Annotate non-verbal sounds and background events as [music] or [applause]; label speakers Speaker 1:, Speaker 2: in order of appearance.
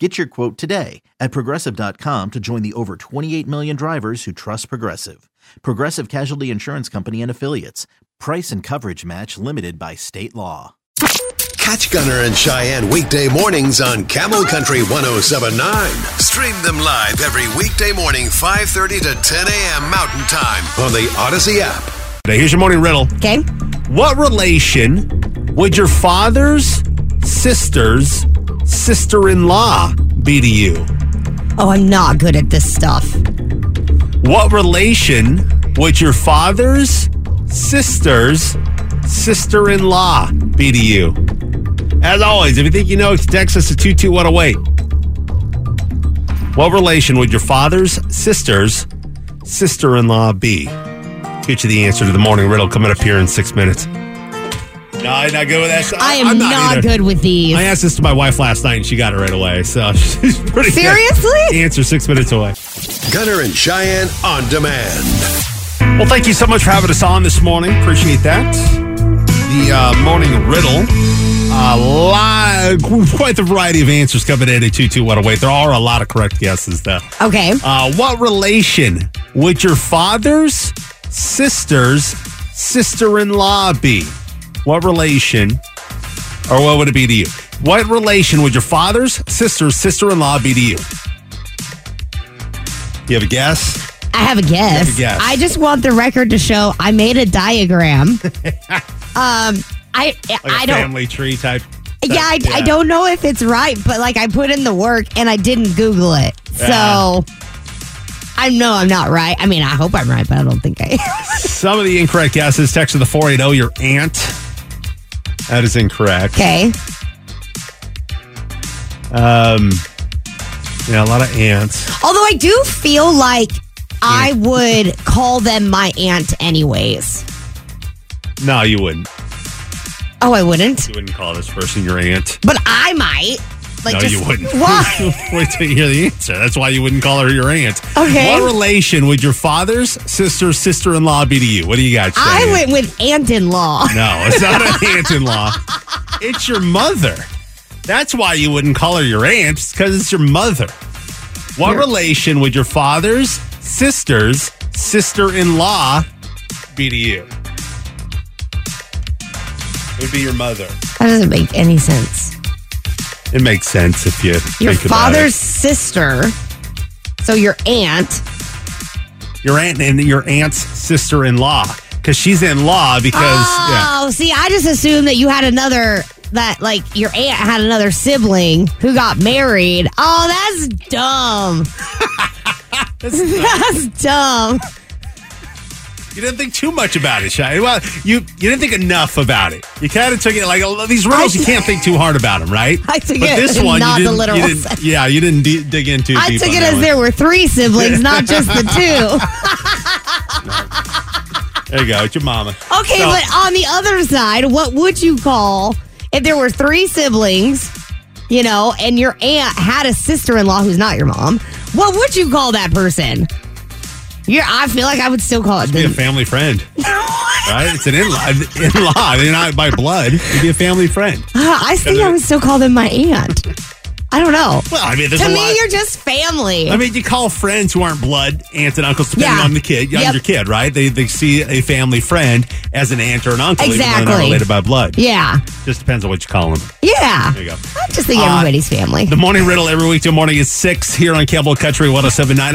Speaker 1: Get your quote today at progressive.com to join the over 28 million drivers who trust Progressive. Progressive Casualty Insurance Company and Affiliates. Price and coverage match limited by state law.
Speaker 2: Catch Gunner and Cheyenne weekday mornings on Camel Country 1079. Stream them live every weekday morning, 5.30 to 10 a.m. Mountain Time on the Odyssey app.
Speaker 3: Now, here's your morning riddle.
Speaker 4: Okay.
Speaker 3: What relation would your father's sister's sister in law be to you?
Speaker 4: Oh, I'm not good at this stuff.
Speaker 3: What relation would your father's sister's sister in law be to you? As always, if you think you know, text us at 22108. What relation would your father's sister's sister in law be? Get you the answer to the morning riddle coming up here in six minutes. No, I'm not good with that.
Speaker 4: I am
Speaker 3: I'm
Speaker 4: not,
Speaker 3: either.
Speaker 4: good with these.
Speaker 3: I asked this to my wife last night and she got it right away. So [laughs] she's pretty good.
Speaker 4: Seriously?
Speaker 3: The [laughs] answer six minutes away.
Speaker 2: Gunner and Cheyenne on demand.
Speaker 3: Well, thank you so much for having us on this morning. Appreciate that. The uh, morning riddle. A lot, quite the variety of answers coming in at 22108. There are a lot of correct guesses, though.
Speaker 4: okay.
Speaker 3: Uh, what relation would your father's sister's sister in law be? What relation, or what would it be to you? What relation would your father's sister's sister in law be to you? You have a guess?
Speaker 4: I have a
Speaker 3: You have
Speaker 4: guess.
Speaker 3: a guess.
Speaker 4: I just want the record to show I made a diagram.
Speaker 3: [laughs]
Speaker 4: um, I
Speaker 3: Like a
Speaker 4: I don't.
Speaker 3: family tree type.
Speaker 4: Yeah I, I don't know if it's right, but like I put in the work and I didn't Google it,
Speaker 3: Yeah.
Speaker 4: so I know I'm not right. I mean, I hope I'm right, but I don't think I. [laughs] am.
Speaker 3: Some of the incorrect guesses. Text to the 480, your aunt. That is incorrect.
Speaker 4: okay.
Speaker 3: Um, yeah, a lot of ants.
Speaker 4: Although I do feel like I would call them my aunt anyways.
Speaker 3: No, you wouldn't.
Speaker 4: Oh, I wouldn't,
Speaker 3: You wouldn't call this person your aunt.
Speaker 4: but I might. Like,
Speaker 3: no,
Speaker 4: just,
Speaker 3: you wouldn't. [laughs]
Speaker 4: Why?
Speaker 3: Wait till you hear the answer. That's why you wouldn't call her your aunt.
Speaker 4: Okay.
Speaker 3: What relation would your father's sister, sister in law be to you? What do you got?
Speaker 4: I
Speaker 3: Cheyenne?
Speaker 4: went with aunt in law.
Speaker 3: No, it's not
Speaker 4: [laughs]
Speaker 3: an aunt in law. It's your mother. That's why you wouldn't call her your aunt, because it's your mother. What relation would your father's sister's sister in law be to you? It would be your mother.
Speaker 4: That doesn't make any sense.
Speaker 3: It makes sense if you
Speaker 4: Your
Speaker 3: think
Speaker 4: father's sister, so your aunt.
Speaker 3: about it. your aunt and your aunt's sister in law, because she's in law because yeah.
Speaker 4: Oh, see, I just assumed that you had another that like your aunt had another sibling who got married. Oh, that's dumb.
Speaker 3: [laughs]
Speaker 4: [laughs] that's dumb.
Speaker 3: You didn't think too much about it, Shy. Well, you you didn't think enough about it. You kind of took it like oh, these riddles.
Speaker 4: I-
Speaker 3: you can't think too hard about them, right?
Speaker 4: I took
Speaker 3: but
Speaker 4: it
Speaker 3: this
Speaker 4: in
Speaker 3: one,
Speaker 4: not the
Speaker 3: you didn't,
Speaker 4: literal
Speaker 3: you didn't-
Speaker 4: sense.
Speaker 3: yeah, you didn't de- dig in too
Speaker 4: I
Speaker 3: deep.
Speaker 4: took
Speaker 3: on
Speaker 4: it
Speaker 3: that
Speaker 4: as
Speaker 3: one.
Speaker 4: there were three siblings, not just
Speaker 3: [laughs]
Speaker 4: the two.
Speaker 3: There you go. It's your mama.
Speaker 4: Okay,
Speaker 3: So-
Speaker 4: but on the other side, what would you call if there were three siblings, you know, and your aunt had a sister in law who's not your mom? What would you call that person? You're, I feel like I would still call it.
Speaker 3: be a
Speaker 4: The,
Speaker 3: family friend, right? It's an in law. In law, they're not by blood. You'd be a family friend.
Speaker 4: [laughs] I think I would still call them my aunt. I don't know.
Speaker 3: Well, I mean, there's
Speaker 4: to
Speaker 3: a
Speaker 4: me,
Speaker 3: lot.
Speaker 4: you're just family.
Speaker 3: I mean, you call friends who aren't blood aunts and uncles, depending
Speaker 4: Yeah.
Speaker 3: on the kid, on
Speaker 4: Yep.
Speaker 3: your kid, right? They they see a family friend as an aunt or an uncle, even though they're not
Speaker 4: Exactly.
Speaker 3: related by blood.
Speaker 4: yeah,
Speaker 3: Just depends on what you call them.
Speaker 4: yeah.
Speaker 3: There you go.
Speaker 4: I just think
Speaker 3: Uh,
Speaker 4: everybody's family.
Speaker 3: The morning riddle every weekday morning is 6 here on Campbell Country 1079.